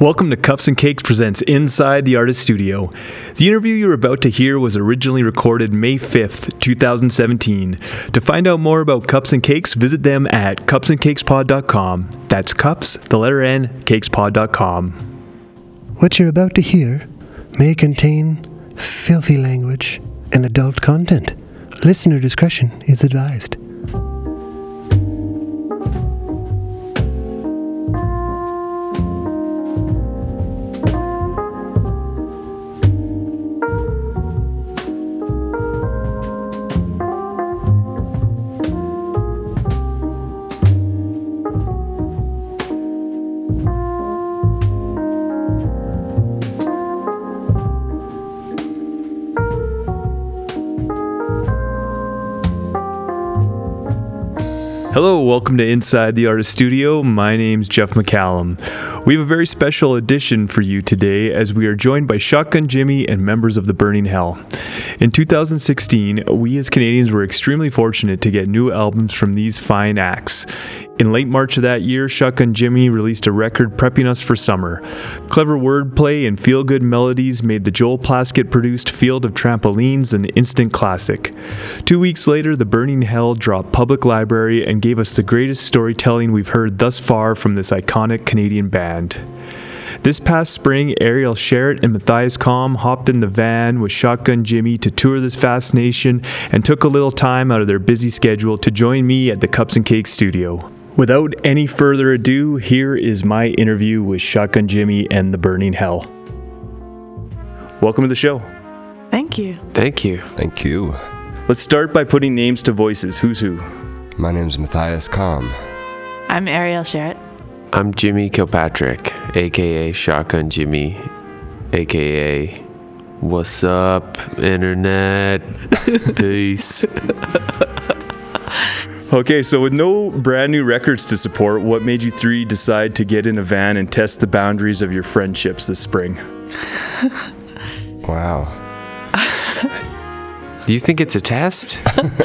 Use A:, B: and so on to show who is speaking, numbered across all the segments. A: Welcome to Cups and Cakes presents Inside the Artist Studio. The interview you're about to hear was originally recorded May 5th, 2017. To find out more about Cups and Cakes, visit them at cupsandcakespod.com. That's cups, the letter N, cakespod.com.
B: What you're about to hear may contain filthy language and adult content. Listener discretion is advised.
A: Hello, welcome to Inside the Artist Studio. My name's Jeff McCallum. We have a very special edition for you today as we are joined by Shotgun Jimmy and members of the Burning Hell. In 2016, we as Canadians were extremely fortunate to get new albums from these fine acts. In late March of that year, Shotgun Jimmy released a record prepping us for summer. Clever wordplay and feel good melodies made the Joel Plaskett produced Field of Trampolines an instant classic. Two weeks later, The Burning Hell dropped Public Library and gave us the greatest storytelling we've heard thus far from this iconic Canadian band. This past spring, Ariel Sherritt and Matthias Kalm hopped in the van with Shotgun Jimmy to tour this vast nation and took a little time out of their busy schedule to join me at the Cups and Cakes studio. Without any further ado, here is my interview with Shotgun Jimmy and the Burning Hell. Welcome to the show.
C: Thank you.
D: Thank you.
E: Thank you.
A: Let's start by putting names to voices. Who's who?
E: My name's Matthias Kalm.
C: I'm Ariel Sherritt.
D: I'm Jimmy Kilpatrick, aka Shotgun Jimmy, aka What's Up, Internet? Peace.
A: Okay, so with no brand new records to support, what made you three decide to get in a van and test the boundaries of your friendships this spring?
E: Wow.
D: Do you think it's a test?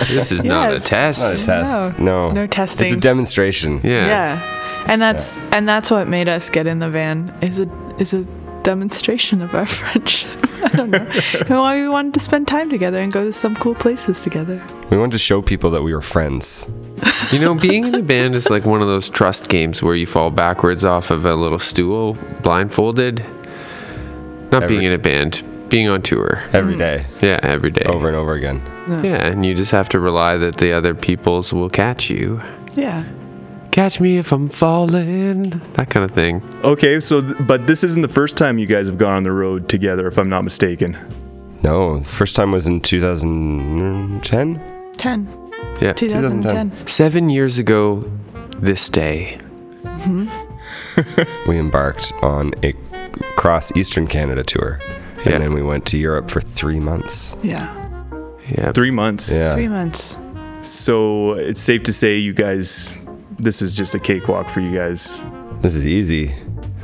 D: This is not
C: Yeah.
D: a test.
C: test.
E: No.
C: No
E: Oh. It's a
C: testing.
E: demonstration.
D: Yeah.
C: yeah. And that's and that's what made us get in the van is a is a demonstration of our friendship. I don't know. and why we wanted to spend time together and go to some cool places together.
E: We wanted to show people that we were friends.
D: You know, being in a band is like one of those trust games where you fall backwards off of a little stool, blindfolded. Not
E: Every-
D: being in a band, being on tour.
C: Mm.
E: every day,
D: Yeah, every day.
E: Over and over again.
D: Yeah, and you just have to rely that the other peoples will catch you.
C: Yeah.
D: Catch me if I'm falling. That kind of thing.
A: Okay, so, th- but this isn't the first time you guys have gone on the road together, if I'm not mistaken.
E: No, the first time was in 2010?
C: 10.
D: Yeah.
C: 2010.
D: Seven years ago, this day.
E: We embarked on a cross Eastern Canada tour.
D: Yeah.
E: And then we went to Europe for three months.
C: Yeah.
D: Yeah.
A: Three months.
E: Yeah.
C: 3 months.
A: So it's safe to say you guys, this is just a cakewalk for you guys.
E: This is easy.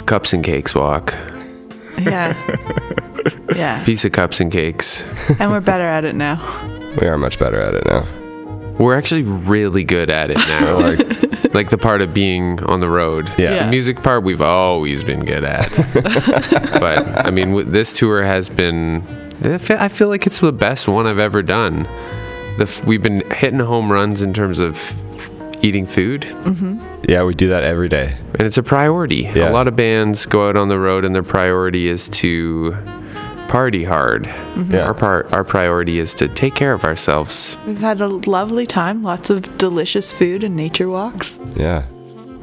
D: Cups and cakes walk.
C: Yeah. yeah.
D: Piece of cups and cakes.
C: And we're better at it now.
E: We are much better at it now.
D: We're actually really good at it now.
E: We're like,
D: like the part of being on the road.
E: yeah.
C: Yeah.
D: The music part we've always been good at. but I mean, with- this tour has been. I fe- I feel like it's the best one I've ever done. The, f- we've been hitting home runs in terms of eating food,
E: Yeah, we do that every day.
D: and it's a priority.
E: Yeah.
D: A lot of bands go out on the road, and their priority is to party hard.
E: Mm-hmm. Yeah.
D: Our par- our priority is to take care of ourselves.
C: We've had a lovely time, lots of delicious food and nature walks,
E: Yeah.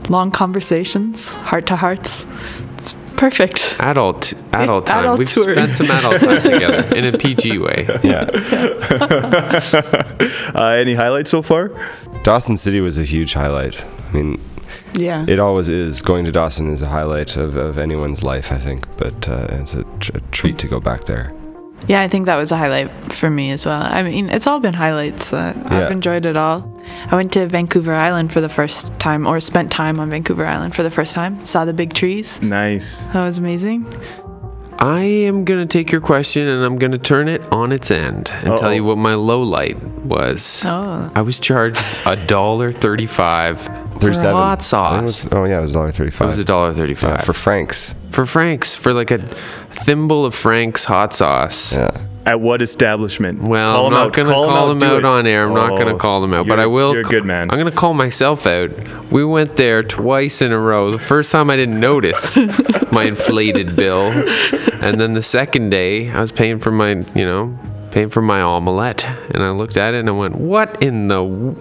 C: long conversations, heart to hearts. It's perfect.
D: Adult adult time.
C: adult
D: we've
C: touring.
D: spent some adult time together in a PG way.
E: Yeah.
A: Uh, any highlights so far?
E: Dawson City was a huge highlight. I mean,
C: Yeah.
E: It always is. Going to Dawson is a highlight of, of anyone's life, I think, but uh, it's a, tr- a treat to go back there.
C: Yeah, I think that was a highlight for me as well. I mean, it's all been highlights. Uh,
E: Yeah.
C: I've enjoyed it all. I went to Vancouver Island for the first time, or spent time on Vancouver Island for the first time. Saw the big trees.
A: Nice.
C: That was amazing.
D: I am going to take your question and I'm going to turn it on its end and
A: Uh-oh.
D: tell you what my low light was.
C: Oh.
D: I was charged a dollar 35 for
E: Thirty-seven.
D: hot
E: I think it
D: sauce.
E: was- oh yeah, it was dollar
D: It
E: thirty-five.
D: was a dollar 35
E: for francs.
D: for Frank's for like a thimble of Frank's hot sauce.
E: Yeah.
A: At what establishment?
D: Well,
A: call
D: I'm
A: him
D: not
A: out.
D: gonna
A: call,
D: call,
A: him
D: him
A: do
D: out,
A: it.
D: on air. I'm not gonna
A: Oh,
D: call him out, but
A: you're-
D: I will.
A: You're a
D: ca-
A: good man.
D: I'm gonna call myself out. We went there twice in a row. The first time I didn't notice my inflated bill, and then the second day I was paying for my, you know, paying for my omelette, and I looked at it and I went, "What in the?" W-?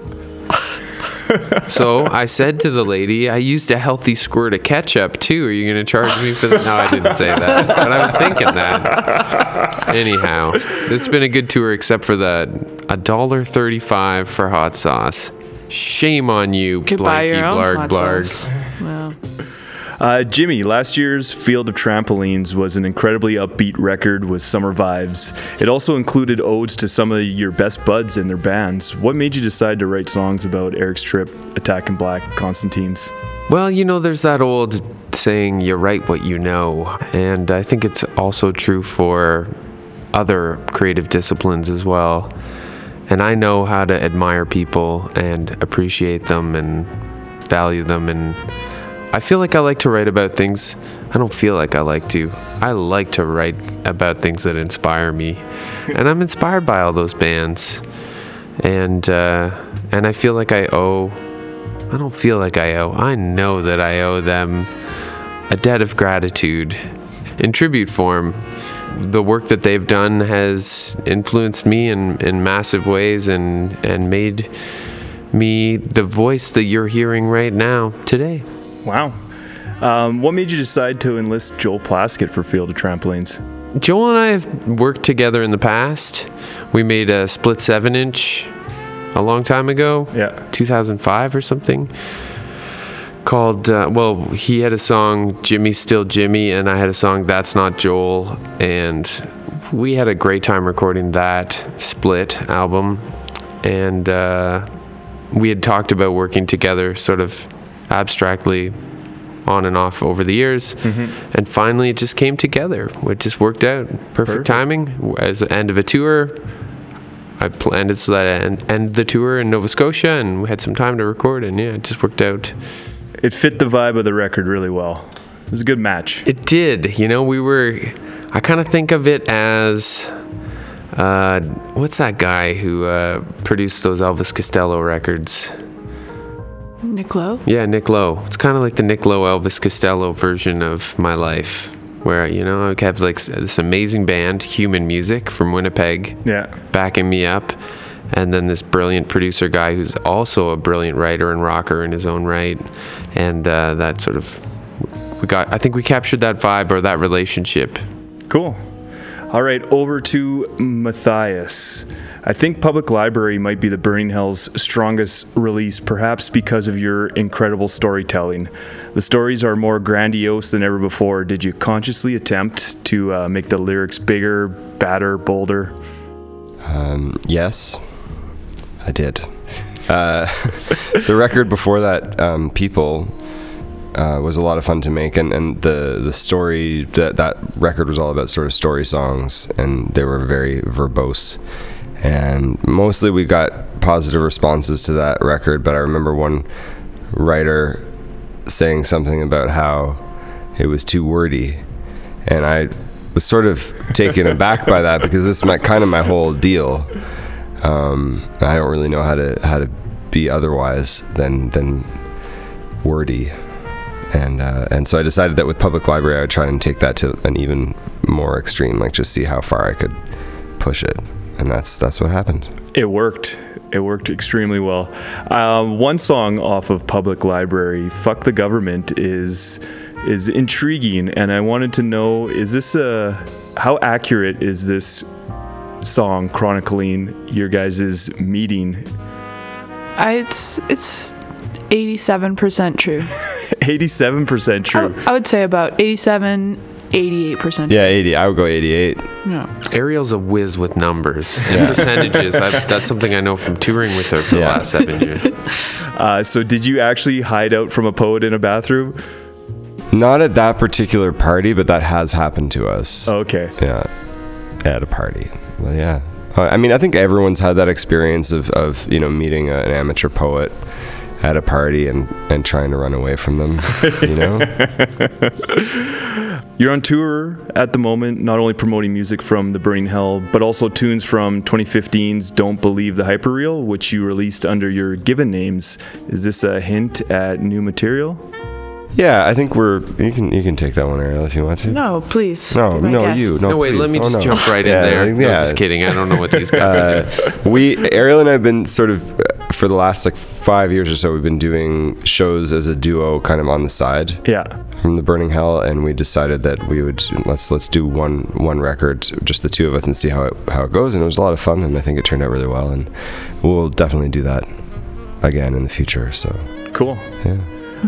D: so I said to the lady, "I used a healthy squirt of ketchup too. Are you gonna charge me for that?" No, I didn't say that, but I was thinking that. Anyhow, it's been a good tour except for the a dollar thirty-five for hot sauce. Shame on you,
C: You could buy
D: blanky
C: your own
D: blarg
C: hot
D: blarg.
C: sauce. Wow.
A: Uh, Jimmy, last year's Field of Trampolines was an incredibly upbeat record with summer vibes. It also included odes to some of your best buds and their bands. What made you decide to write songs about Eric's Trip, Attack and Black, Constantine's?
D: Well, you know, there's that old saying, you write what you know. And I think it's also true for other creative disciplines as well. And I know how to admire people and appreciate them and value them. And I feel like I like to write about things. I don't feel like I like to. I like to write about things that inspire me. And I'm inspired by all those bands. And, uh, and I feel like I owe I don't feel like I owe. I know that I owe them a debt of gratitude in tribute form. The work that they've done has influenced me in, in massive ways and, and made me the voice that you're hearing right now today.
A: Wow. Um, what made you decide to enlist Joel Plaskett for Field of Trampolines?
D: Joel and I have worked together in the past. We made a split seven inch a long time ago.
A: Yeah.
D: 2005 or something called uh, well he had a song jimmy's still jimmy and i had a song that's not joel and we had a great time recording that split album and uh, we had talked about working together sort of abstractly on and off over the years and finally it just came together it just worked out perfect, timing as the end of a tour I planned it so that I end, end the tour in Nova Scotia, and we had some time to record, and yeah, it just worked out.
A: It fit the vibe of the record really well. It was a good match.
D: It did, you know. We were. I kind of think of it as, uh, what's that guy who uh, produced those Elvis Costello records?
C: Nick Lowe?
D: Yeah, Nick Lowe. It's kind of like the Nick Lowe Elvis Costello version of my life, where you know I have like s- this amazing band, Human Music from Winnipeg.
A: Yeah.
D: backing me up. And then this brilliant producer guy who's also a brilliant writer and rocker in his own right. And uh, that sort of, we got, I think we captured that vibe or that relationship.
A: Cool. All right, over to Matthias. I think Public Library might be the Burning Hell's strongest release, perhaps because of your incredible storytelling. The stories are more grandiose than ever before. Did you consciously attempt to uh, make the lyrics bigger, badder, bolder?
E: Um, yes, I did. Uh, the record before that, um, People, uh, was a lot of fun to make, and, and the the story that that record was all about sort of story songs, and they were very verbose, and mostly we got positive responses to that record. But I remember one writer saying something about how it was too wordy, and I was sort of taken aback by that because this is my kind of my whole deal. Um, I don't really know how to how to be otherwise than than wordy, and uh, and so I decided that with public library I would try and take that to an even more extreme, like just see how far I could push it, and that's that's what happened.
A: It worked. It worked extremely well. Um, one song off of Public Library, "Fuck the Government," is is intriguing, and I wanted to know: is this a how accurate is this song chronicling your guys' meeting?
C: I, it's, it's 87% true.
A: Eighty-seven percent
C: I,
A: true.
C: I would say about 87, 88% true.
E: Yeah, eighty. I would go eighty-eight.
C: Yeah.
D: Ariel's a whiz with numbers and percentages. i that's something I know from touring with her for the
E: Yeah.
D: last seven years.
A: Uh, so, did you actually hide out from a poet in a bathroom?
E: Not at that particular party, but that has happened to us.
A: Okay.
E: yeah at a party well yeah Uh, i mean i think everyone's had that experience of, of you know meeting a, an amateur poet at a party and, and trying to run away from them you know
A: You're on tour at the moment, not only promoting music from The Burning Hell, but also tunes from 2015's Don't Believe the Hyperreal, which you released under your given names. Is this a hint at new material?
E: Yeah, I think we're. You can you can take that one, Ariel, if you want to.
C: No, please.
E: no,
C: be my
E: no,
C: guest.
E: you. No,
D: No, wait, let
E: please.
D: me
E: Oh,
D: just
E: no.
D: jump right
E: Yeah,
D: in there.
E: like,
D: No,
E: yeah. Uh,
D: just kidding. I don't know what these guys are doing.
E: we Ariel and I've been sort of uh, for the last like five years or so. We've been doing shows as a duo, kind of on the side.
A: Yeah.
E: from the burning hell and we decided that we would let's let's do one one record just the two of us and see how it how it goes and it was a lot of fun and i think it turned out really well and we'll definitely do that again in the future so
A: Cool.
E: yeah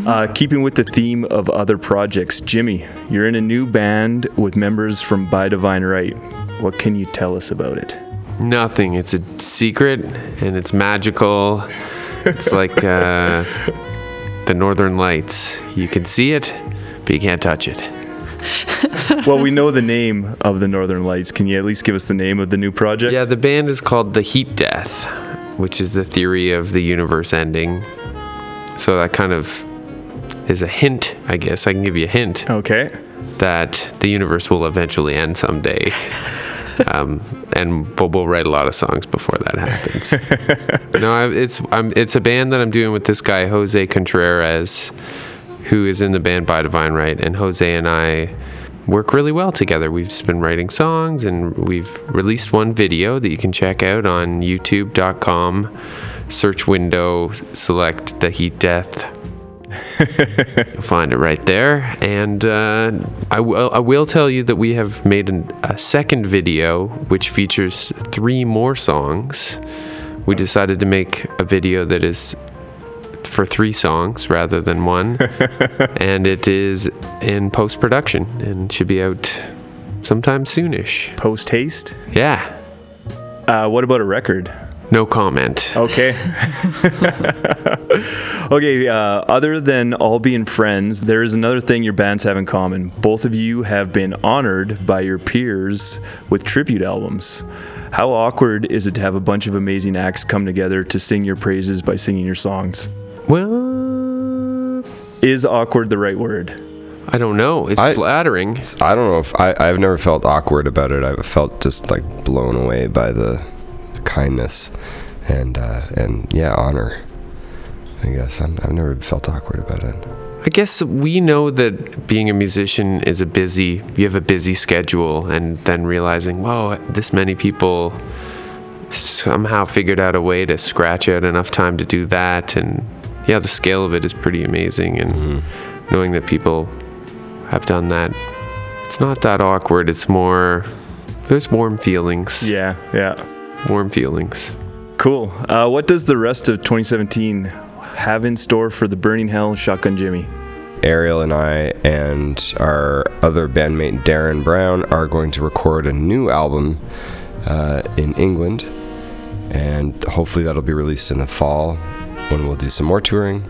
A: Uh, keeping with the theme of other projects, Jimmy, you're in a new band with members from By Divine Right. What can you tell us about it?
D: Nothing. It's a secret and it's magical. It's like uh, the Northern Lights. You can see it, but you can't touch it.
A: Well, we know the name of the Northern Lights. Can you at least give us the name of the new project?
D: Yeah, the band is called The Heat Death, which is the theory of the universe ending. So that kind of is a hint, I guess. I can give you a hint
A: Okay.
D: that the universe will eventually end someday. um, and we'll, we'll write a lot of songs before that happens. no, I, it's I'm, it's a band that I'm doing with this guy Jose Contreras, who is in the band By Divine Right, and Jose and I work really well together. We've just been writing songs, and we've released one video that you can check out on YouTube.com. Search window, select the Heat Death find it right there. And uh, I, will, I will tell you that we have made an, a second video which features three more songs. We decided to make a video that is for three songs rather than one, and it is in post production and should be out sometime soonish.
A: Post haste.
D: Yeah,
A: Uh, what about a record?
D: no comment.
A: Okay. okay. Uh, other than all being friends, there is another thing your bands have in common. Both of you have been honored by your peers with tribute albums. How awkward is it to have a bunch of amazing acts come together to sing your praises by singing your songs?
D: Well,
A: Is awkward the right word?
D: I don't know. It's
E: I-
D: flattering.
E: i don't know if i i've never felt awkward about it i've felt just like blown away by the kindness and uh and yeah honor i guess I'm, i've never felt awkward about it
D: I guess we know that being a musician is a busy, you have a busy schedule, and then realizing, whoa, this many people somehow figured out a way to scratch out enough time to do that. And yeah, the scale of it is pretty amazing. And knowing that people have done that, it's not that awkward. It's more, there's warm feelings.
A: Yeah. Yeah.
D: Warm feelings.
A: Cool. Uh, what does the rest of 2017 have in store for the Burning Hell Shotgun Jimmy?
E: Ariel and I and our other bandmate Darren Brown are going to record a new album uh, in England, and hopefully that'll be released in the fall when we'll do some more touring.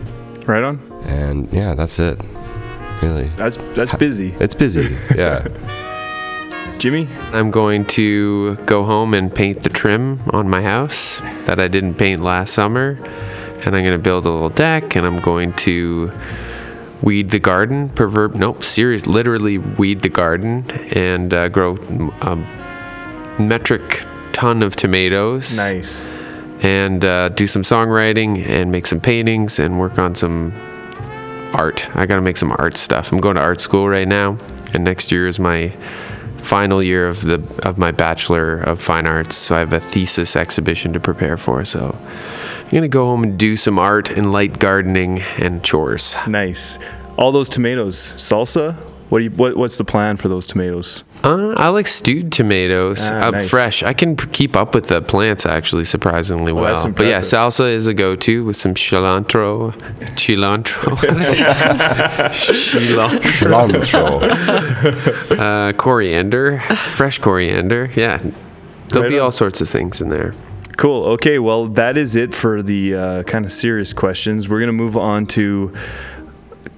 A: Right on.
E: And yeah, that's it. Really,
A: That's that's busy.
E: it's busy. Yeah,
A: Jimmy,
D: I'm going to go home and paint the trim on my house that I didn't paint last summer. And I'm going to build a little deck and I'm going to weed the garden, proverb, nope, serious, literally weed the garden and uh, grow a metric ton of tomatoes.
A: nice.
D: And uh, do some songwriting and make some paintings and work on some art. I got to make some art stuff. I'm going to art school right now, and next year is my final year of the of my bachelor of fine arts. So I have a thesis exhibition to prepare for. So I'm gonna go home and do some art and light gardening and chores.
A: Nice. All those tomatoes, salsa. What do you, what what's the plan for those tomatoes?
D: Uh, I like stewed tomatoes
A: Ah,
D: up
A: nice.
D: fresh. I can p- keep up with the plants actually surprisingly well.
A: Oh, that's
D: but yeah,
A: impressive.
D: salsa is a go-to with some cilantro, cilantro, cilantro.
E: Long intro.
D: uh, coriander, fresh coriander. Yeah, there'll
A: Right
D: be
A: on.
D: all sorts of things in there.
A: Cool. Okay. Well, that is it for the uh, kind of serious questions. We're gonna move on to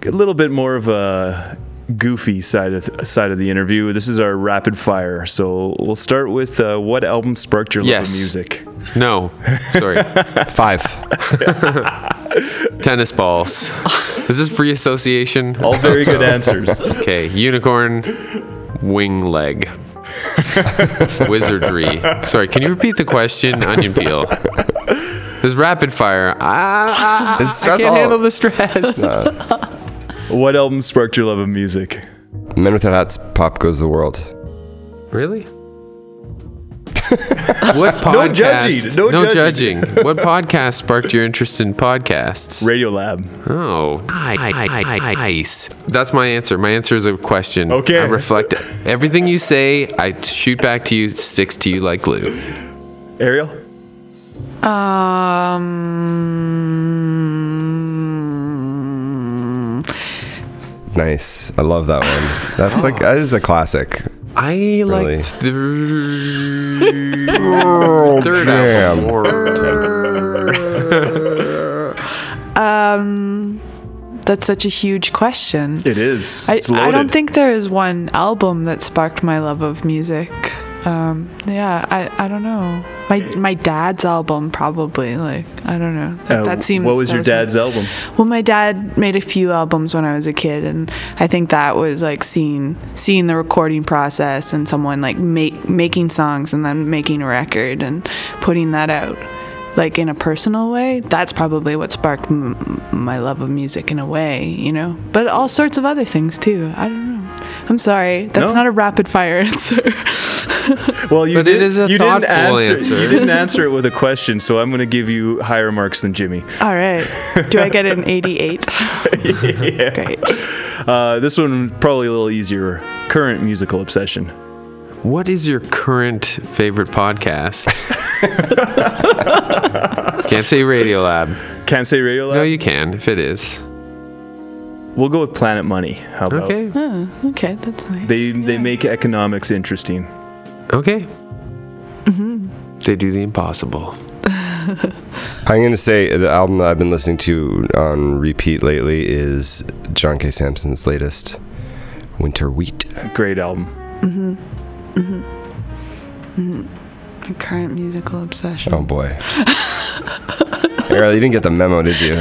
A: a little bit more of a goofy side of side of the interview. This is our rapid fire. So we'll start with uh, what album sparked your love
D: Yes.
A: of music?
D: No, sorry.
E: Five.
D: Tennis balls. Is this free association?
A: All very good answers.
D: Okay, unicorn, wing leg, wizardry. Sorry, can you repeat the question? Onion peel. This is rapid fire. Ah,
E: It's
D: I
E: stressful.
D: can't handle the stress.
A: What album sparked your love of music?
E: Men Without Hats, Pop Goes the World.
D: Really? what podcast?
A: judging, no judging.
D: judging. What podcast sparked your interest in podcasts?
A: Radiolab.
D: Oh, nice. That's my answer. My answer is a question.
A: Okay.
D: I reflect everything you say. I shoot back to you. it Sticks to you like glue.
A: Ariel?
C: Um,
E: Nice. I love that one. That's like, that is a classic.
D: I
E: Really?
D: liked the
E: Oh,
D: third album more.
C: that's such a huge question.
A: It is.
C: I,
A: it's loaded.
C: I don't think there is one album that sparked my love of music. Um, yeah, I, I don't know. My my dad's album probably like I don't know. That,
A: Uh,
C: that seemed
A: what was
C: that
A: your
C: my-
A: dad's album?
C: Well, my dad made a few albums when I was a kid, and I think that was like seeing seeing the recording process and someone like make making songs and then making a record and putting that out like in a personal way. That's probably what sparked m- my love of music in a way, you know. But all sorts of other things too. I don't know. I'm sorry. That's
A: No.
C: not a rapid fire answer.
A: Well, you
D: But it
A: did,
D: is a
A: you
D: thoughtful
A: didn't answer,
D: answer.
A: You didn't answer it with a question, so I'm going to give you higher marks than Jimmy.
C: all right. Do I get an 88? Great.
A: Uh, this one probably a little easier. Current musical obsession.
D: What is your current favorite podcast? Can't say Radiolab.
A: Can't say Radiolab.
D: No, you can if it is.
A: we'll go with Planet Money. How about?
D: Okay.
C: Okay, that's nice.
A: They they make economics interesting.
D: Okay. They do the impossible.
E: I'm going to say the album that I've been listening to on repeat lately is John K. Sampson's latest, Winter Wheat.
A: Great album.
C: current musical obsession.
E: Oh boy. Ariel, you didn't get the memo, did you?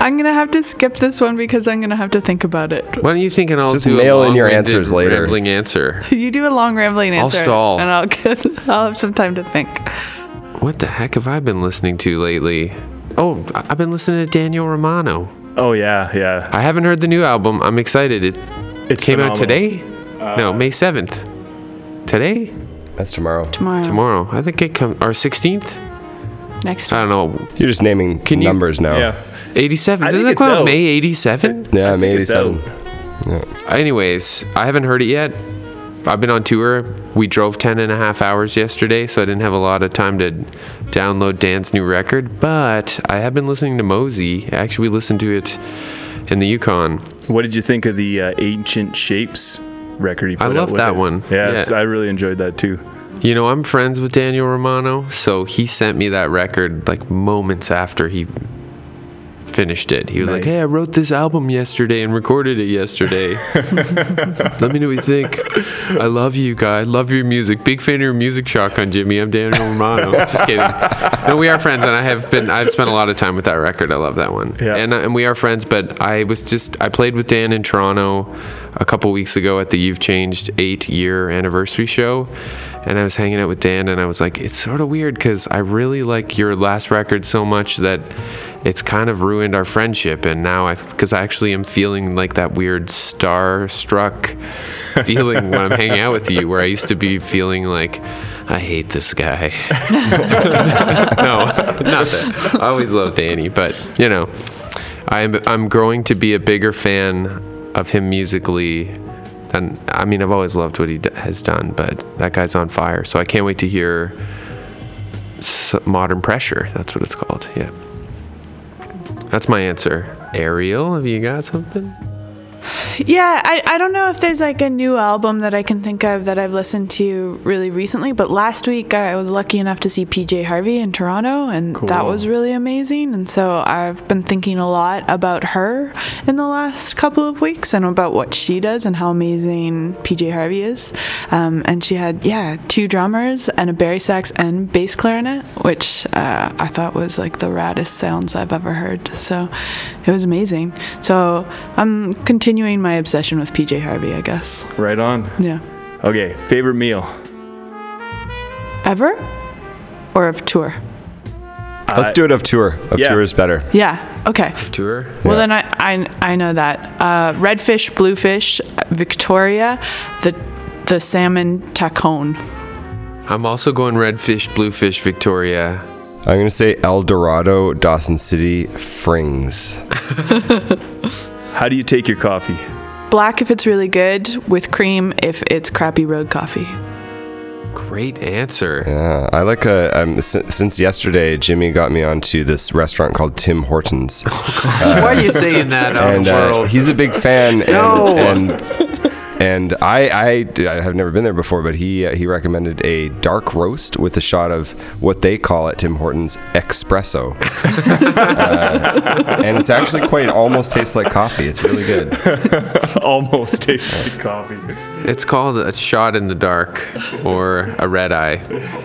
C: I'm gonna have to skip this one because I'm gonna have to think about it.
D: Why don't you think and I'll
E: Just
D: do a
E: mail in your
D: long-winded
E: answers later.
D: Rambling answer.
C: You do a long rambling
D: I'll
C: answer,
D: stall.
C: and I'll get, I'll have some time to think.
D: What the heck have I been listening to lately? Oh, I- I've been listening to Daniel Romano.
A: Oh yeah, yeah.
D: I haven't heard the new album. I'm excited. It
A: It
D: came out today? no, May 7th. Today?
E: That's tomorrow.
C: Tomorrow,
A: Oh.
D: Tomorrow. I think it comes, or 16th?
C: next
D: I don't know.
E: You're just naming
D: Can you-
E: numbers now.
A: Yeah.
D: 87.
A: I
D: Doesn't
A: think
D: it come
A: it's
D: out
A: out.
D: May 87?
E: Yeah,
A: I
E: I'm
A: think it's
E: 87.
D: Anyways, I haven't heard it yet. I've been on tour. We drove 10 and a half hours yesterday, so I didn't have a lot of time to download Dan's new record. But I have been listening to Mosey. Actually, we listened to it in the Yukon.
A: What did you think of the uh, Ancient Shapes record? He put
D: I
A: out
D: love
A: with
D: that
A: it?
D: one.
A: Yes,
D: Yeah.
A: I really enjoyed that too.
D: You know, I'm friends with Daniel Romano, so he sent me that record like moments after he finished it. He was like,
A: Nice.
D: "Hey, I wrote this album yesterday and recorded it yesterday. Let me know what you think. I love you, guy. Love your music. Big fan of your music, Shotgun Jimmy. I'm Daniel Romano. Just kidding. No, we are friends, and I have been. I've spent a lot of time with that record. I love that one.
A: Yeah.
D: And and we are friends. But I was just I played with Dan in Toronto a couple weeks ago at the You've Changed eight year anniversary show, and I was hanging out with Dan, and I was like, it's sort of weird because I really like your last record so much that it's kind of ruined our friendship, and now I because I actually am feeling like that weird starstruck feeling when I'm hanging out with you, where I used to be feeling like. I hate this guy. no, not that. I always loved Danny, but you know, I'm I'm growing to be a bigger fan of him musically. Than I mean, I've always loved what he d- has done, but that guy's on fire. So I can't wait to hear s- Modern Pressure. That's what it's called. Yeah, that's my answer. Ariel, have you got something?
C: Yeah, I, I don't know if there's like a new album that I can think of that I've listened to really recently, but last week I was lucky enough to see PJ Harvey in Toronto, and that
A: Cool.
C: was really amazing. And so I've been thinking a lot about her in the last couple of weeks and about what she does and how amazing PJ Harvey is. Um, and she had, yeah, two drummers and a Barry sax and bass clarinet, which uh, I thought was like the raddest sounds I've ever heard. So it was amazing. So I'm continuing my obsession with PJ Harvey, I guess.
A: Right on.
C: Yeah.
A: Okay, favorite meal.
C: Ever? Or of tour?
E: Let's do it of tour. Of
A: yeah.
E: tour is better.
C: Yeah. Okay.
D: Tour.
C: Well, then I, I, I know that. Uh, redfish, bluefish, Victoria, the, the salmon tacon.
D: I'm also going redfish, bluefish, Victoria.
E: I'm gonna say El Dorado, Dawson City, Frings.
A: How do you take your coffee?
C: Black if it's really good, with cream if it's crappy road coffee.
D: Great answer.
E: Yeah, I like a. Um, since, since yesterday, Jimmy got me onto this restaurant called Tim Hortons,
D: Why are you saying that out
E: and
D: the
E: uh,
D: world?
E: he's a big fan. And,
D: No.
E: and and I, I I have never been there before, but he uh, he recommended a dark roast with a shot of what they call at Tim Hortons espresso, Uh, and it's actually quite. It almost tastes like coffee. It's really good.
A: Almost tastes like coffee.
D: It's called a shot in the dark or a red eye.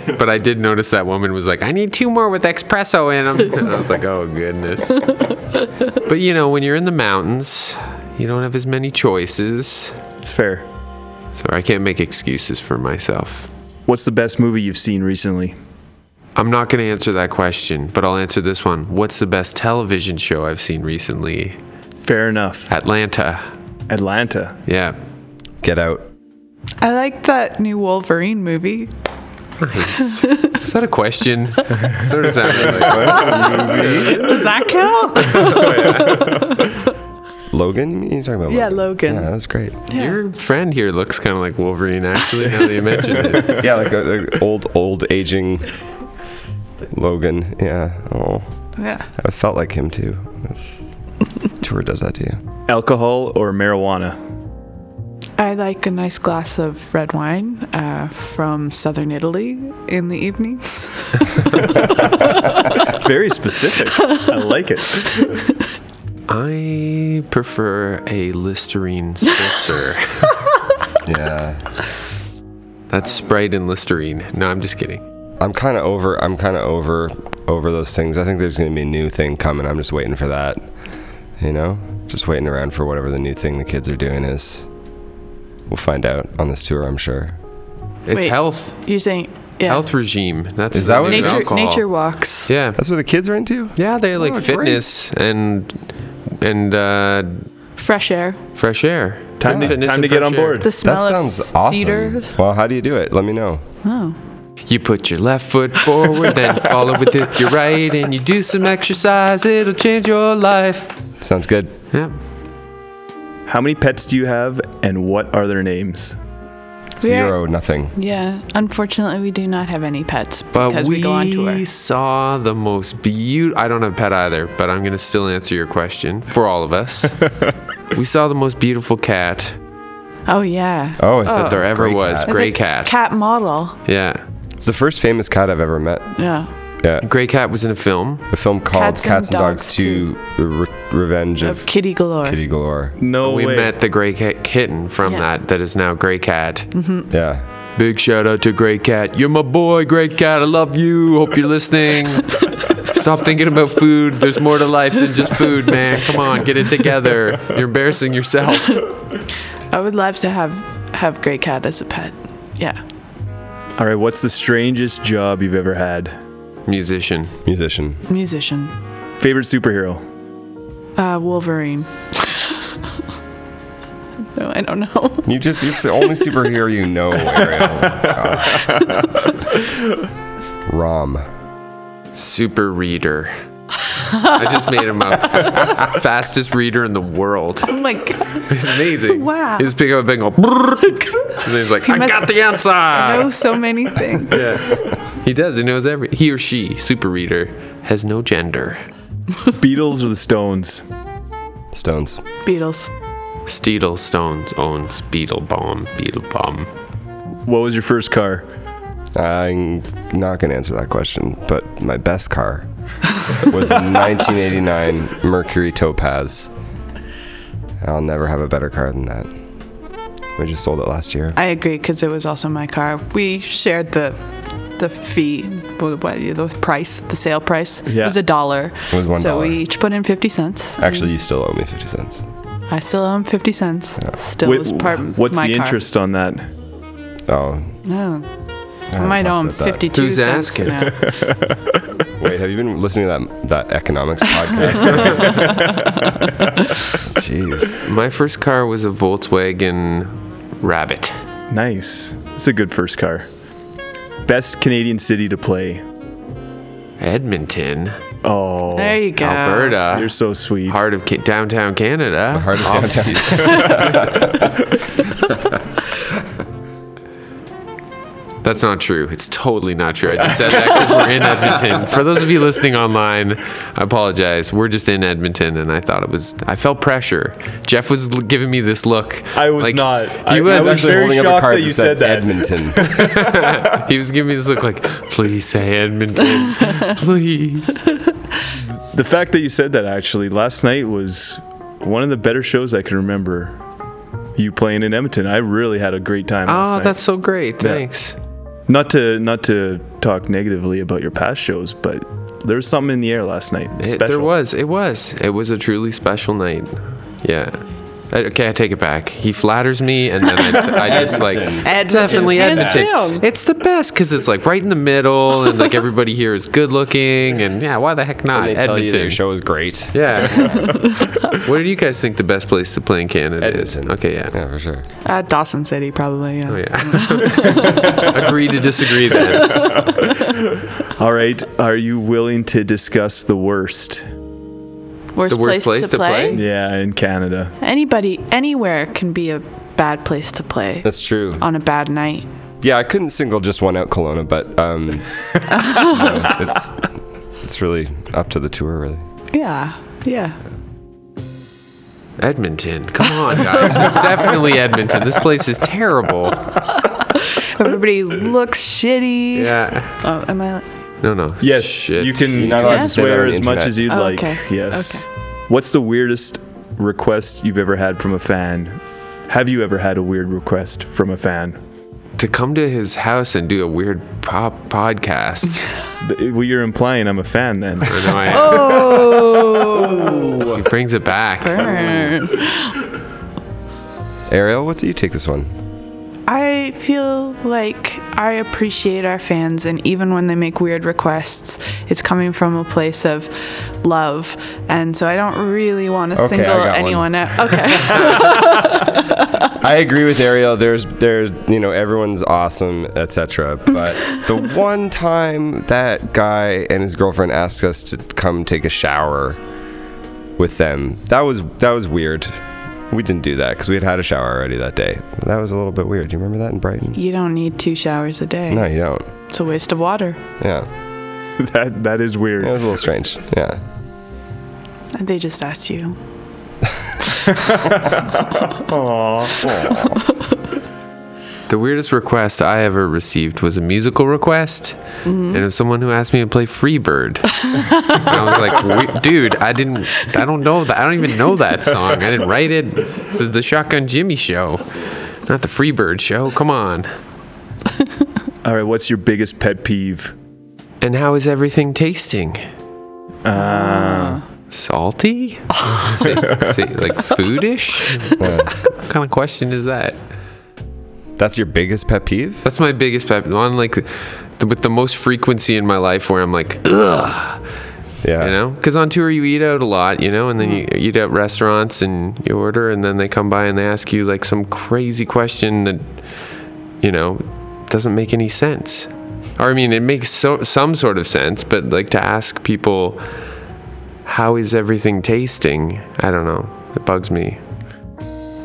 D: But I did notice that woman was like, I need two more with espresso in them. And I was like, oh, goodness. But you know, when you're in the mountains, you don't have as many choices.
A: It's fair.
D: So I can't make excuses for myself.
A: What's the best movie you've seen recently?
D: I'm not going to answer that question, but I'll answer this one. What's the best television show I've seen recently?
A: Fair enough.
D: Atlanta.
A: Atlanta.
D: Yeah.
E: Get out.
C: I like that new Wolverine movie.
D: Nice. Is that a question? sort of sounded like
C: Does that count?
E: Logan? You mean- You're talking about
C: Yeah,
E: Logan.
C: Logan.
E: Yeah, that was great.
D: Your friend here looks kind of like Wolverine, actually, now that you mention it.
E: yeah, like a, a old, old aging Logan. Yeah. Oh,
C: yeah.
E: I felt like him too. Tour does that to you.
A: Alcohol or marijuana?
C: I like a nice glass of red wine uh, from southern Italy in the evenings.
A: Very specific. I like it.
D: I prefer a Listerine spritzer.
E: Yeah.
D: That's Sprite and Listerine. No, I'm just kidding.
E: I'm kind of over. I'm kind of over over those things. I think there's going to be a new thing coming. I'm just waiting for that. You know, just waiting around for whatever the new thing the kids are doing is. We'll find out on this tour, I'm sure.
D: It's
C: Wait.
D: health,
C: You're saying, yeah.
D: health regime. That's
E: Is that what
D: the
E: it
D: new
E: is?
C: nature,
D: alcohol.
C: nature walks.
D: Yeah,
E: That's what the kids are into.
D: yeah, they like
E: Oh, great.
D: fitness and and uh,
C: Fresh air.
D: fresh air.
A: Time to-
D: Fitness
A: time
D: and
A: to get
D: fresh
A: on
D: air.
A: board.
C: The
E: That
C: smell of
E: sounds awesome.
C: cedar.
E: Well, how do you do it? Let me know.
C: Oh.
D: You put your left foot forward, then follow with it your right, and you do some exercise. It'll change your life.
E: Sounds good.
D: Yeah.
A: How many pets do you have and what are their names?
C: We are-
E: Zero, nothing.
C: Yeah. Unfortunately, we do not have any pets
D: But
C: because we, go on tour.
D: saw the most beautiful. I don't have a pet either, but I'm gonna still answer your question for all of us. we saw the most beautiful cat
C: Oh, yeah.
E: Oh, it's
D: that there ever
E: Great
D: was.
E: cat.
C: It's
D: Gray
C: a
D: cat.
C: Cat model.
D: Yeah,
E: It's the first famous cat I've ever met.
C: Yeah.
E: Yeah,
D: Gray Cat was in a film.
E: a film called Cats,
C: Cats and
E: and Dogs,
C: Dogs
E: 2: The Re- Revenge of,
C: Of kitty galore.
E: Kitty Galore.
A: No
D: we
A: way.
D: met the Gray Cat kitten from
C: Yeah. Mm-hmm.
D: that. That is now Gray Cat.
C: mm.
E: Yeah,
D: Big shout out to Gray Cat. You're my boy, Gray Cat. I love you. Hope you're listening. Stop thinking about food. There's more to life than just food, man. Come on, get it together. You're embarrassing yourself.
C: I would love to have, have Grey Cat as a pet. Yeah.
A: All right, what's the strangest job you've ever had?
D: Musician.
E: musician.
C: Musician.
A: Favorite superhero?
C: Uh, Wolverine. no, I don't know.
E: You just—it's the only superhero you know. Ariel. Oh Rom.
D: Super reader. I just made him up. He's the fastest reader in the world.
C: Oh my god.
D: It's amazing.
C: Wow.
D: He's picking up a big old. And he's like, I
C: must
D: got the answer.
C: I know so many things.
D: He does. He knows every. He or she, super reader, has no gender.
A: Beatles or the Stones?
E: Stones.
C: Beatles.
D: Steedle Stones owns Beetle Bomb. Beetle Bomb.
A: What was your first car?
E: I'm not going to answer that question, but my best car was a 1989 Mercury Topaz. I'll never have a better car than that. We just sold it last year.
C: I agree because it was also my car. We shared the the fee, what, what, the price, the sale price.
A: Yeah.
C: It was a dollar.
E: It was one
C: So
E: dollar.
C: we each put in 50 cents.
E: Actually, you still owe me 50 cents.
C: I still own 50 cents. Still
A: Wait,
C: was part
A: what's
C: my
A: the
C: car.
A: interest on that?
E: Oh.
C: No. I
E: haven't
C: might
E: talked
C: own
E: about that.
C: 52
D: Who's
C: cents.
D: asking?
C: now.
E: Wait, have you been listening to that, that economics podcast? Jeez.
D: My first car was a Volkswagen Rabbit.
A: Nice. It's a good first car. Best Canadian city to play.
D: Edmonton,
A: Oh,
C: There you go.
D: Alberta.
A: you're so sweet.
D: Heart of ca- downtown Canada.
E: heart of
D: Oh,
E: downtown.
D: geez. That's not true. It's totally not true. I just said that because we're in Edmonton. For those of you listening online, I apologize. We're just in Edmonton, and I thought it was. I felt pressure. Jeff was l- giving me this look.
A: I was
D: like-
A: not. I-
D: He
A: I
D: was.
A: was very shocked that you said that.
E: Edmonton.
D: he was giving me this look like, please say Edmonton, please.
A: The fact that you said that actually last night was one of the better shows I can remember. You playing in Edmonton, I really had a great time. last
D: Oh,
A: night.
D: that's so great. Thanks.
A: not to not to talk negatively about your past shows, but there was something in the air last night.
D: It-
A: special.
D: there was. It was. It was a truly special night. Yeah. I- Okay, I take it back. He flatters me, and then I, t- I just like
C: Edmonton.
D: definitely
C: Hands
D: Edmonton.
C: down.
D: It's the best because it's like right in the middle, and like everybody here is good looking, and yeah, why the heck not
E: They
D: Edmonton?
E: tell you their show is great.
D: Yeah. what do you guys think the best place to play in Canada
E: Edmonton.
D: is? Okay, yeah.
E: Yeah, for sure.
C: Uh, Dawson City, probably. Yeah.
D: Oh, yeah. Agree to disagree then.
A: All right, are you willing to discuss the worst?
C: Worst,
D: The worst place to play?
A: Yeah, in Canada.
C: Anybody, anywhere can be a bad place to play
E: That's true.
C: on a bad night.
E: Uh, Yeah, I couldn't single just one out Kelowna, but um, you know, it's it's really up to the tour, really.
C: Yeah. Yeah.
D: Edmonton. Come on, guys. It's definitely Edmonton. This place is terrible.
C: Everybody looks shitty.
D: Yeah.
C: Oh, am I?
D: No, no.
A: Yes,
D: Shit.
A: you can,
E: You're not allowed
A: you
E: to
A: can
E: say that on
A: swear
E: the
A: as much
E: internet.
A: as you'd
C: Oh,
A: like.
C: okay.
A: Yes.
C: Okay.
A: What's the weirdest request you've ever had from a fan? Have you ever had a weird request from a fan?
D: to come to his house and do a weird pop podcast.
A: Th- Well, you're implying I'm a fan then.
D: I know I am. He brings it back.
C: Burn.
E: Ariel, what do you take this one?
C: I feel like I appreciate our fans, and even when they make weird requests, it's coming from a place of love. And so I don't really want to
E: Okay, I
C: single
E: got one.
C: anyone out. Okay.
E: I agree with Ariel. There's there's you know everyone's awesome, etc. But the one time that guy and his girlfriend asked us to come take a shower with them, that was that was weird. We didn't do that because we had had a shower already that day. That was a little bit weird. Do you remember that in Brighton?
C: you don't need two showers a day.
E: No, you don't.
C: It's a waste of water.
E: Yeah,
A: that that is weird.
E: it was a little strange. Yeah.
C: They just asked you.
D: The weirdest request I ever received was a musical request, and it was someone who asked me to play Freebird. and I was like, "We- "Dude, I didn't. I don't know that. I don't even know that song. I didn't write it. This is the Shotgun Jimmy show, not the Freebird show. Come on."
A: All right, what's your biggest pet peeve?
D: And how is everything tasting?
A: Uh,
D: Salty? Say- say, like foodish? what kind of question is that?
E: That's your biggest pet peeve?
D: That's my biggest pet. One like the, with the most frequency in my life where I'm like, Ugh,
E: Yeah.
D: you know, because on tour you eat out a lot, you know, and then you eat at restaurants and you order, and then they come by and they ask you like some crazy question that, you know, doesn't make any sense. Or I mean, it makes so, some sort of sense, but like to ask people, how is everything tasting? I don't know. It bugs me.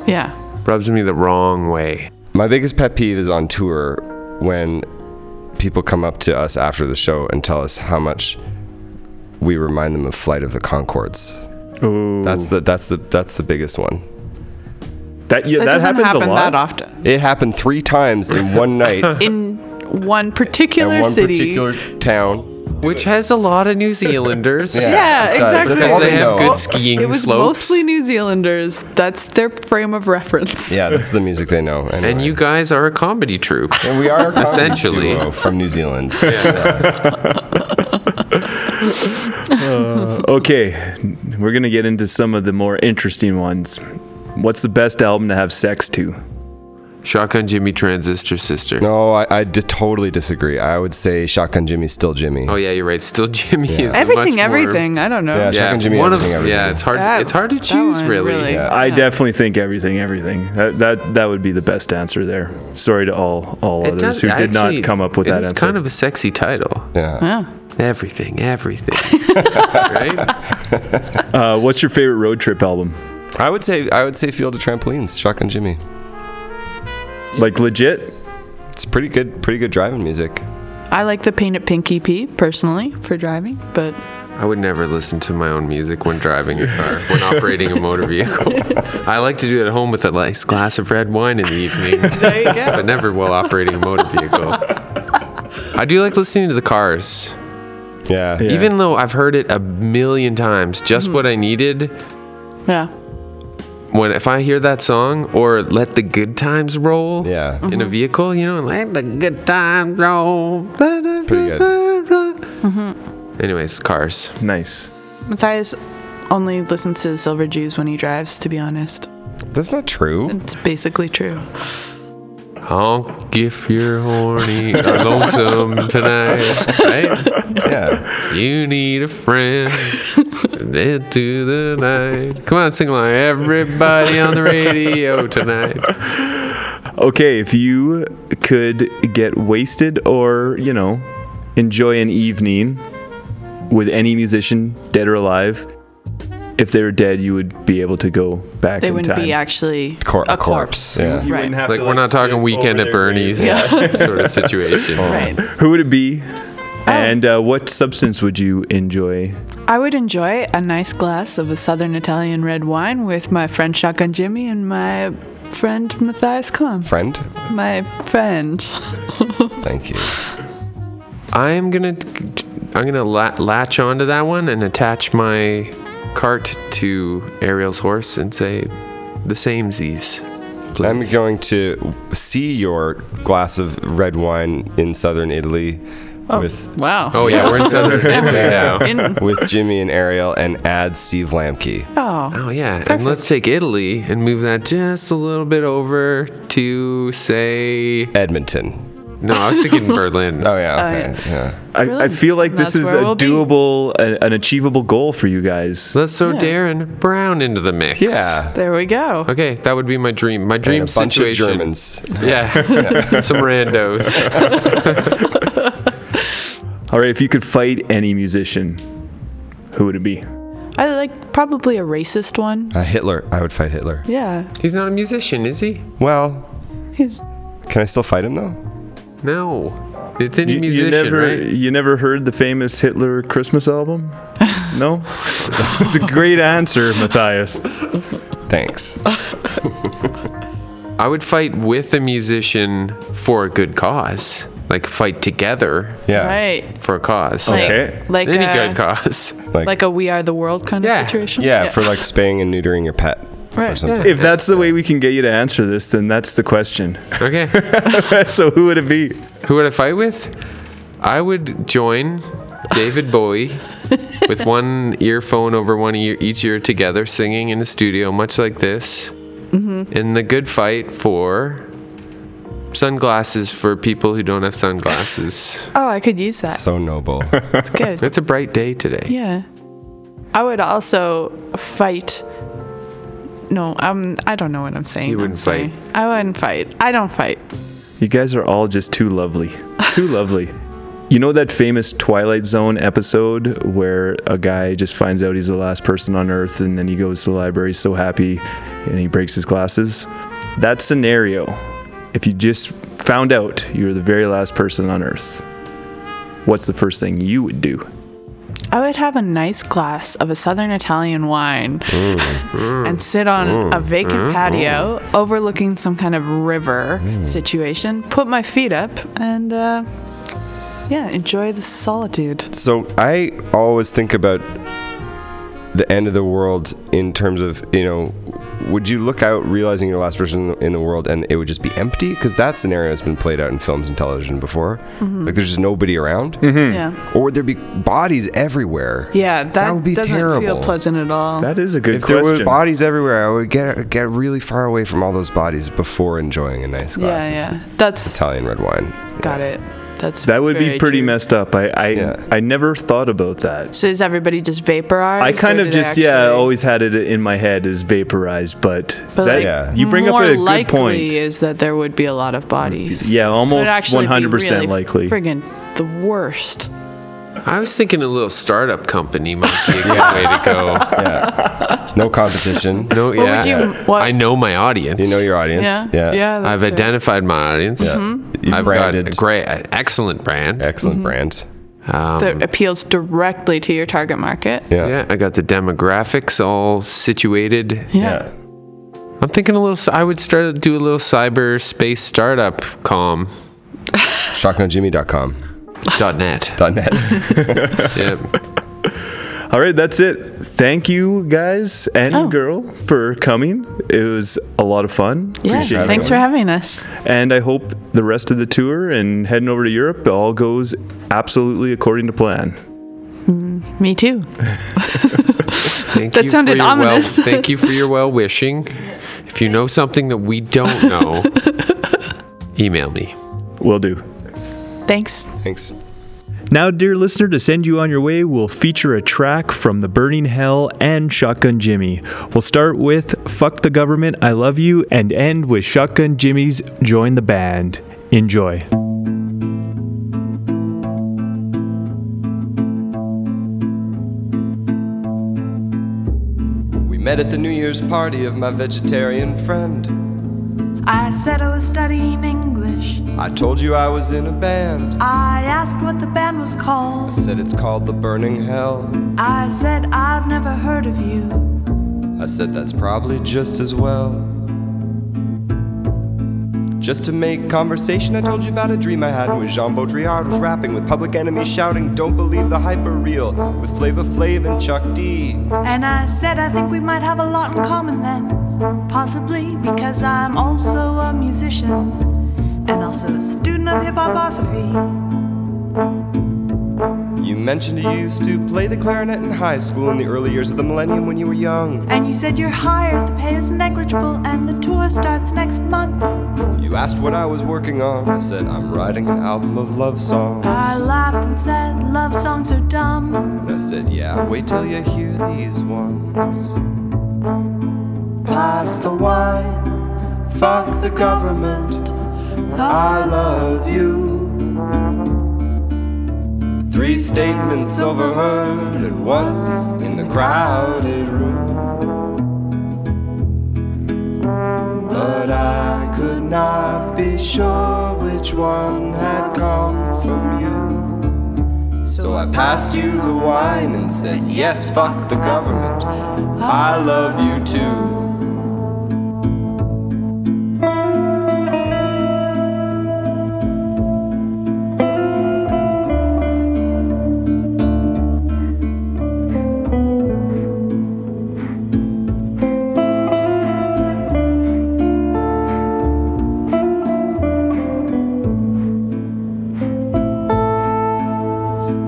C: Yeah.
D: Rubs me the wrong way.
E: My biggest pet peeve is on tour when people come up to us after the show and tell us how much we remind them of Flight of the Concords.
A: Ooh.
E: That's the that's the that's the biggest one.
A: That yeah, that,
C: doesn't
A: happens
C: happen
A: a lot.
C: that often.
E: It happened three times in one night in
C: In one particular
E: one
C: city.
E: particular town.
D: Which has a lot of New Zealanders.
E: Yeah.
C: yeah,
E: it does. That's
C: exactly.
E: all they They have know.
D: good skiing
C: It was
D: slopes.
C: mostly New Zealanders. That's their frame of reference.
E: Yeah, that's the music they know. Anyway.
D: And you guys are a comedy troupe.
E: And we are a comedy
D: Essentially.
E: duo from New Zealand.
A: Okay, we're gonna get into some of the more interesting ones. What's the best album to have sex to?
D: Shotgun Jimmy Transistor Sister.
E: No, I, I d- totally disagree. I would say Shotgun Jimmy's still Jimmy.
D: Oh yeah, you're right. Still Jimmy is a much
C: Everything,
D: more-
C: everything. I don't know.
E: Yeah,
D: Yeah,
E: Shotgun Jimmy,
D: one of
E: everything, everything.
D: yeah. It's hard.
C: That-
D: it's hard to
C: that
D: choose
C: one
D: really.
E: Yeah.
A: I definitely think everything, everything. That that that would be the best answer there. Sorry to all all
D: It
A: others
D: does-
A: who did
D: actually,
A: not come up with that
D: It's
A: answer.
D: kind of a sexy title.
E: Yeah.
C: Yeah.
D: Everything, everything. right?
A: uh, what's your favorite road trip album?
E: I would say I would say Field of Trampolines, Shotgun Jimmy.
A: Like legit?
E: It's pretty good, pretty good driving music.
C: I like the painted pink EP personally for driving, but
D: I would never listen to my own music when driving a car, when operating a motor vehicle. I like to do it at home with a nice glass of red wine in the evening,
C: there you go.
D: but never while operating a motor vehicle. I do like listening to the cars.
E: Yeah. Mm-hmm.
A: Yeah.
D: Even though I've heard it a million times, just what I needed
C: yeah.
D: when if I hear that song or let the good times roll
E: Yeah. Mm-hmm.
D: in a vehicle, you know, let the good times roll. Mm-hmm.
E: Pretty
D: Anyways, cars.
A: Nice.
C: Matthias only listens to the Silver Jews when he drives, to be honest.
E: That's not true.
C: It's basically true.
D: Honk if you're horny or lonesome tonight, right?
E: Yeah.
D: You need a friend into the night. Come on, sing along, everybody on the radio tonight.
A: Okay, if you could get wasted or, you know, enjoy an evening with any musician, dead or alive, if they were dead, you would be able to go back
C: They
A: in
C: wouldn't
A: time.
C: be actually
E: Cor-
C: a corpse.
E: Yeah.
C: Right.
A: have
D: Like we're not talking weekend at Bernie's sort of situation.
C: Right.
A: Who would it be?
C: Oh.
A: And uh, what substance would you enjoy?
C: I would enjoy a nice glass of a southern Italian red wine with my friend Shotgun Jimmy and my friend Matthias Kahn.
E: Friend.
C: My friend.
E: Thank you.
D: I'm gonna I'm gonna la- latch onto that one and attach my cart to Ariel's horse and say the same Z's. Please.
E: I'm going to see your glass of red wine in southern Italy with
C: Wow.
D: oh yeah, we're in Southern Italy now.
C: In-
E: with Jimmy and Ariel and add Steve Lamke.
C: oh.
D: Oh yeah, and let's take Italy and move that just a little bit over to say
E: Edmonton.
D: no, I was thinking Berlin.
E: Oh yeah, okay. yeah.
A: I, I
C: Brilliant.
A: feel like this
C: That's
A: is
C: where
A: a
C: we'll be.
A: doable, a, an achievable goal for you guys.
D: Let's throw
C: Yeah.
D: Darren Brown into the mix.
E: Yeah.
C: There we go.
D: Okay, that would be my dream. My dream
E: And a bunch of
D: situation.
E: Germans.
D: Yeah. Some randos.
A: All right, if you could fight any musician, who would it be?
C: I like probably a racist one.
E: Uh, Hitler. I would fight Hitler.
C: Yeah.
D: He's not a musician, is he?
E: Well,
C: He's
E: can I still fight him though?
D: No. It's any
A: You, you
D: musician,
A: never,
D: right?
A: you never heard the famous Hitler Christmas album? No, it's a great answer, Matthias.
E: Thanks.
D: I would fight with a musician for a good cause. Like fight together
E: Yeah.
C: right.
D: for a cause.
C: Like,
A: Okay.
C: like uh,
D: Any
C: a,
D: good cause.
E: Like,
C: Like a we are the world kind
D: Yeah.
C: of situation.
E: yeah, for like spaying and neutering your pet or
C: Right,
E: something.
A: If that's the way we can get you to answer this, then that's the question.
D: Okay.
A: so who would it be?
D: Who would I fight with? I would join David Bowie with one earphone over one ear each ear together, singing in the studio, much like this. In the good fight for sunglasses for people who don't have sunglasses.
C: Oh, I could use that.
E: So noble.
C: It's good.
D: it's a bright day today.
C: Yeah. I would also fight. No, um, I don't know what I'm saying.
D: You
C: I'm
D: wouldn't
C: sorry. I wouldn't fight. I don't fight.
A: You guys are all just too lovely. Too lovely. You know that famous Twilight Zone episode where a guy just finds out he's the last person on Earth and then he goes to the library so happy and he breaks his glasses? That scenario, if you just found out you were the very last person on Earth, what's the first thing you would do?
C: I would have a nice glass of a southern Italian wine
D: Mm.
C: and sit on a vacant patio overlooking some kind of river
D: Mm.
C: situation, put my feet up, and uh, yeah, enjoy the solitude.
E: So I always think about the end of the world in terms of you know, would you look out realizing you're the last person in the- in the world and it would just be empty? Because that scenario has been played out in films and television before.
C: Mm-hmm.
E: Like there's just nobody around,
D: Hmm.
C: Yeah.
E: or would there be bodies everywhere?
C: Yeah, that,
E: that would be
C: doesn't feel
E: terrible.
C: pleasant at all.
A: That is a good
E: If there
A: question.
E: were bodies everywhere, I would get get really far away from all those bodies before enjoying a nice glass
C: yeah,
E: of
C: yeah. That's
E: Italian red wine.
C: got it. That's
A: that would be
C: very
A: pretty
C: true.
A: messed up. I I,
E: Yeah.
A: I never thought about that.
C: So is everybody just vaporized?
A: I kind
C: or
A: of
C: do they
A: just yeah, oh,
C: actually-
A: always had it in my head as vaporized, but,
C: But,
A: that,
C: like,
E: Yeah.
A: you bring up
C: more
A: a good
C: likely
A: point.
C: is that there would be a lot of bodies.
A: yeah,
C: It would
A: almost
C: actually
A: one
C: be
A: hundred
C: really
A: percent likely.
C: Friggin' the worst.
D: I was thinking a little startup company might be a good way to go.
E: Yeah. no competition.
D: No,
C: would
D: yeah,
C: you- what-
D: I know my audience.
E: You know your audience.
C: Yeah.
E: Yeah.
D: I've
C: that's right.
D: identified my audience.
E: You
D: I've
E: branded.
D: got a great, an excellent brand.
C: Mm-hmm.
E: Excellent brand.
D: Um,
C: That appeals directly to your target market.
E: Yeah.
D: yeah, I got the demographics all situated.
E: Yeah.
D: I'm thinking a little. I would start do a little cyberspace startup com
E: ShotgunJimmy.com.
D: dot net.
E: Dot net.
D: yep.
A: All right, that's it. Thank you guys and
C: Oh.
A: girl for coming. It was a lot of fun.
C: Yeah,
A: Appreciate it.
C: thanks for having us.
A: And I hope the rest of the tour and heading over to Europe all goes absolutely according to plan.
C: Me too.
D: Thank
C: That
D: you
C: sounded
D: for your
C: ominous.
D: Well, thank you for your well wishing. If you know something that we don't know, email me.
A: Will do.
C: Thanks.
E: Thanks.
A: Now, dear listener, to send you on your way, we'll feature a track from The Burning Hell and Shotgun Jimmy. We'll start with Fuck the Government, I Love You, and end with Shotgun Jimmy's Join the Band. Enjoy.
E: We met at the New Year's party of my vegetarian friend.
F: I said I was studying English.
E: I told you I was in a band.
F: I asked what the band was
E: I
F: called.
E: said it's called The Burning Hell.
F: I said, I've never heard of you.
E: I said that's probably just as well. Just to make conversation, I told you about a dream I had in which Jean Baudrillard was rapping with Public Enemy shouting, Don't believe the hype are real, with Flava Flav and Chuck D.
F: And I said, I think we might have a lot in common then. Possibly because I'm also a musician and also a student of hip hoposophy.
E: You mentioned you used to play the clarinet in high school in the early years of the millennium when you were young.
F: And you said you're hired, the pay is negligible, and the tour starts next month.
E: You asked what I was working on. I said, I'm writing an album of love songs.
F: I laughed and said, Love songs are dumb.
E: And I said, Yeah, wait till you hear these ones. Pass the wine, fuck the government, I love you. Three statements overheard at once in the crowded room. But I could not be sure which one had come from you. So I passed you the wine and said, Yes, fuck the government. I love you too.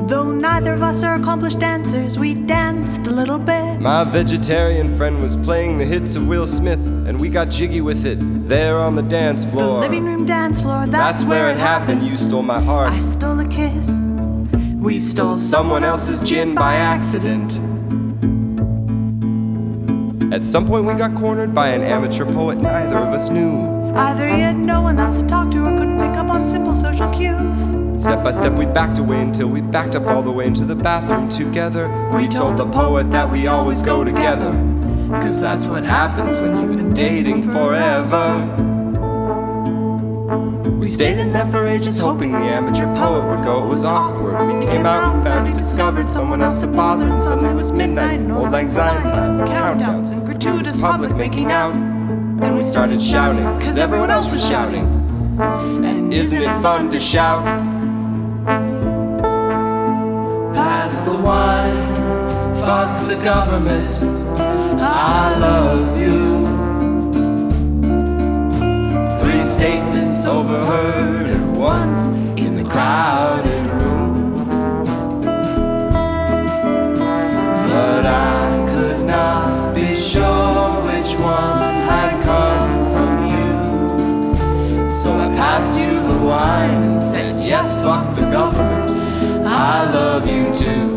F: Though neither of us are accomplished dancers, we danced a little bit.
E: My vegetarian friend was playing the hits of Will Smith, and we got jiggy with it there on the dance
F: The
E: floor.
F: living room dance floor, that's,
E: That's where it happened. You stole my heart.
F: I stole a kiss. We stole
E: Someone else's gin by accident. At some point, we got cornered by an amateur poet neither of us knew.
F: Either he had no one else to talk to or couldn't pick up on simple social cues.
E: Step by step, we backed away until we backed up all the way into the bathroom together. We told the poet that we always go together. Cause that's what happens when you've been dating forever. We stayed in there for ages, hoping the amateur poet would go. It was awkward. We came out, we found he discovered someone else to bother, and suddenly it was midnight. and Old anxiety time, countdowns, and gratuitous public making out. And we started shouting, cause everyone else was shouting. And isn't it fun to shout? Pass the wine, fuck the government. I love you. Three statements overheard at once in the crowded room. But I could not be sure which one had come from you. So I passed you the wine and said, Yes, fuck the government. I love you too.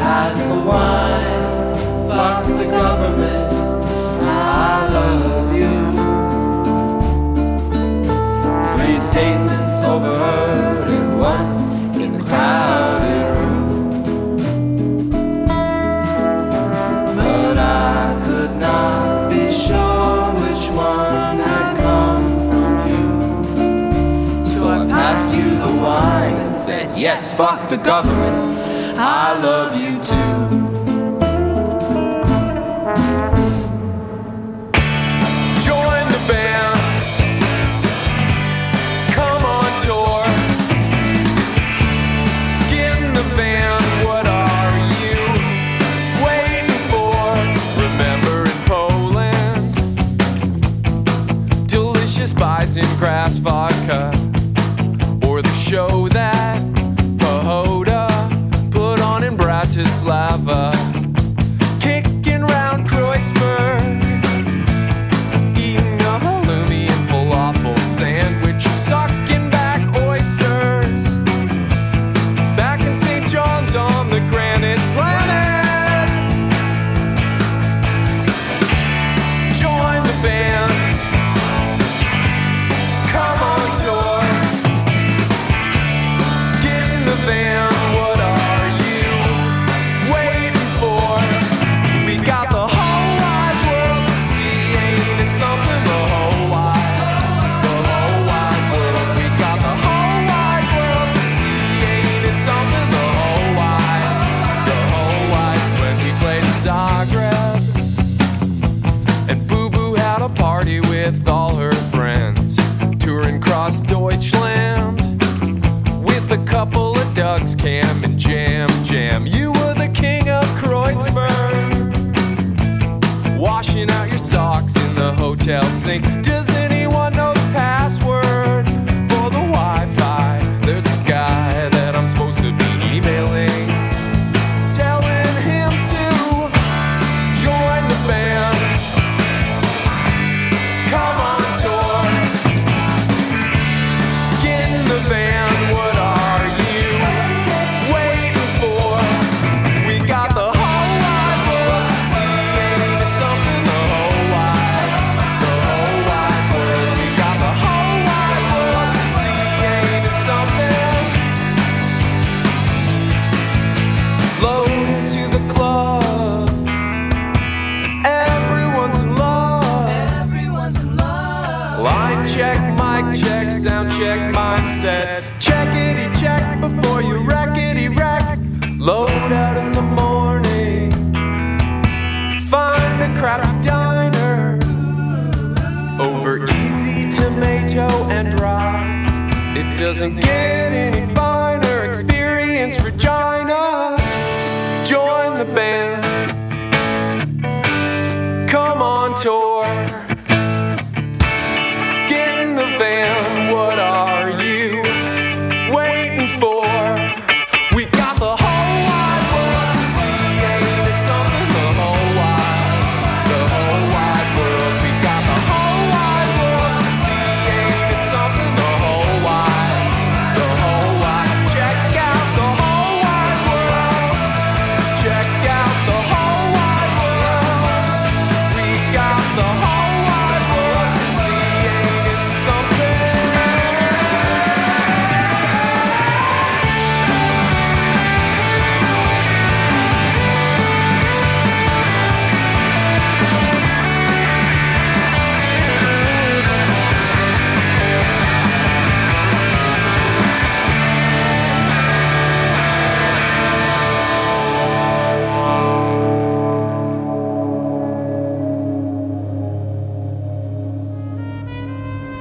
E: Pass the wine, fuck the government. I love you. Three statements overheard at once in the crowded room. But I could not be sure which one had come from you. So I passed you the wine and said, Yes, fuck the government. I love you too. Join the band. Come on tour. Get in the van. What are you waiting for? Remember in Poland, delicious pies and grass vodka, or the show that Pahoda put on in Bratislava. Kicking round Kreuzberg eating a halloumi and falafel sandwich, sucking back oysters. Back in St. John's on the granite planet. Join the band. Come on tour. Get in the van. What are you waiting for? We got the whole wide world to see, ain't it something? The whole wide, the whole wide world. We got the whole wide world to see, ain't it something? The whole wide, the whole wide. When we played in Zagreb, and Boo Boo had a party with all her friends, touring across Deutschland with a couple of ducks, Cam and Jam Jam. You were the king of Kreuzberg, washing out your socks in the hotel sink. Does anyone know the password for the Wi-Fi? There's this guy that I'm supposed to be emailing, telling him to join the band. Come on tour. Get in the van, what are you waiting for? We got the whole wide world to see, ain't it something? The whole wide, the whole wide world. We got the whole wide world to see, ain't it something? Load into the club. Everyone's in love. Line check, mic check, sound check, mindset. Checkity check before you rackety rack. Load out in the morning. Find a crappy diner. Over easy tomato and dry. It doesn't get any finer. Experience Regina. Join the band. Come on tour. Get in the van, what are you waiting for? We got the whole wide world to see, ain't it something? The whole wide, the whole wide world. We got the whole wide world to see, ain't it something? The whole wide, the whole wide. Check out the whole wide world. Check out the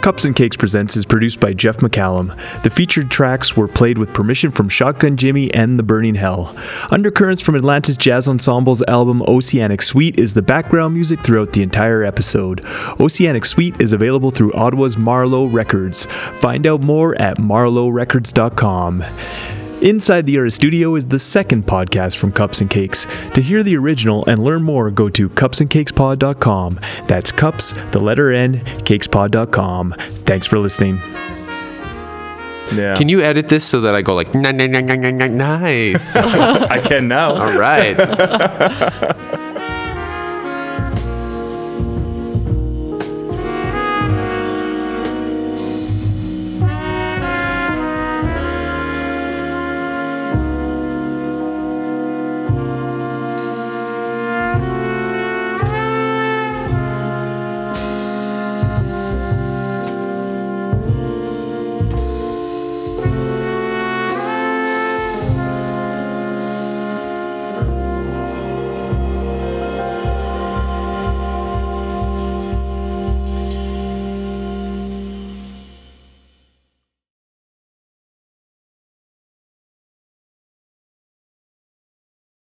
G: Cups and Cakes Presents is produced by Jeff McCallum. The featured tracks were played with permission from Shotgun Jimmy and The Burning Hell. Undercurrents from Atlantis Jazz Ensemble's album Oceanic Suite is the background music throughout the entire episode. Oceanic Suite is available through Ottawa's Marlowe Records. Find out more at marlowerecords.com. Inside the Era Studio is the second podcast from Cups and Cakes. To hear the original and learn more, go to cupsandcakespod.com. That's cups, the letter N, cakespod.com. Thanks for listening. Yeah.
D: Can you edit this so that I go like "Na, na, na, na, na, na, nice?
G: I can now.
D: All right.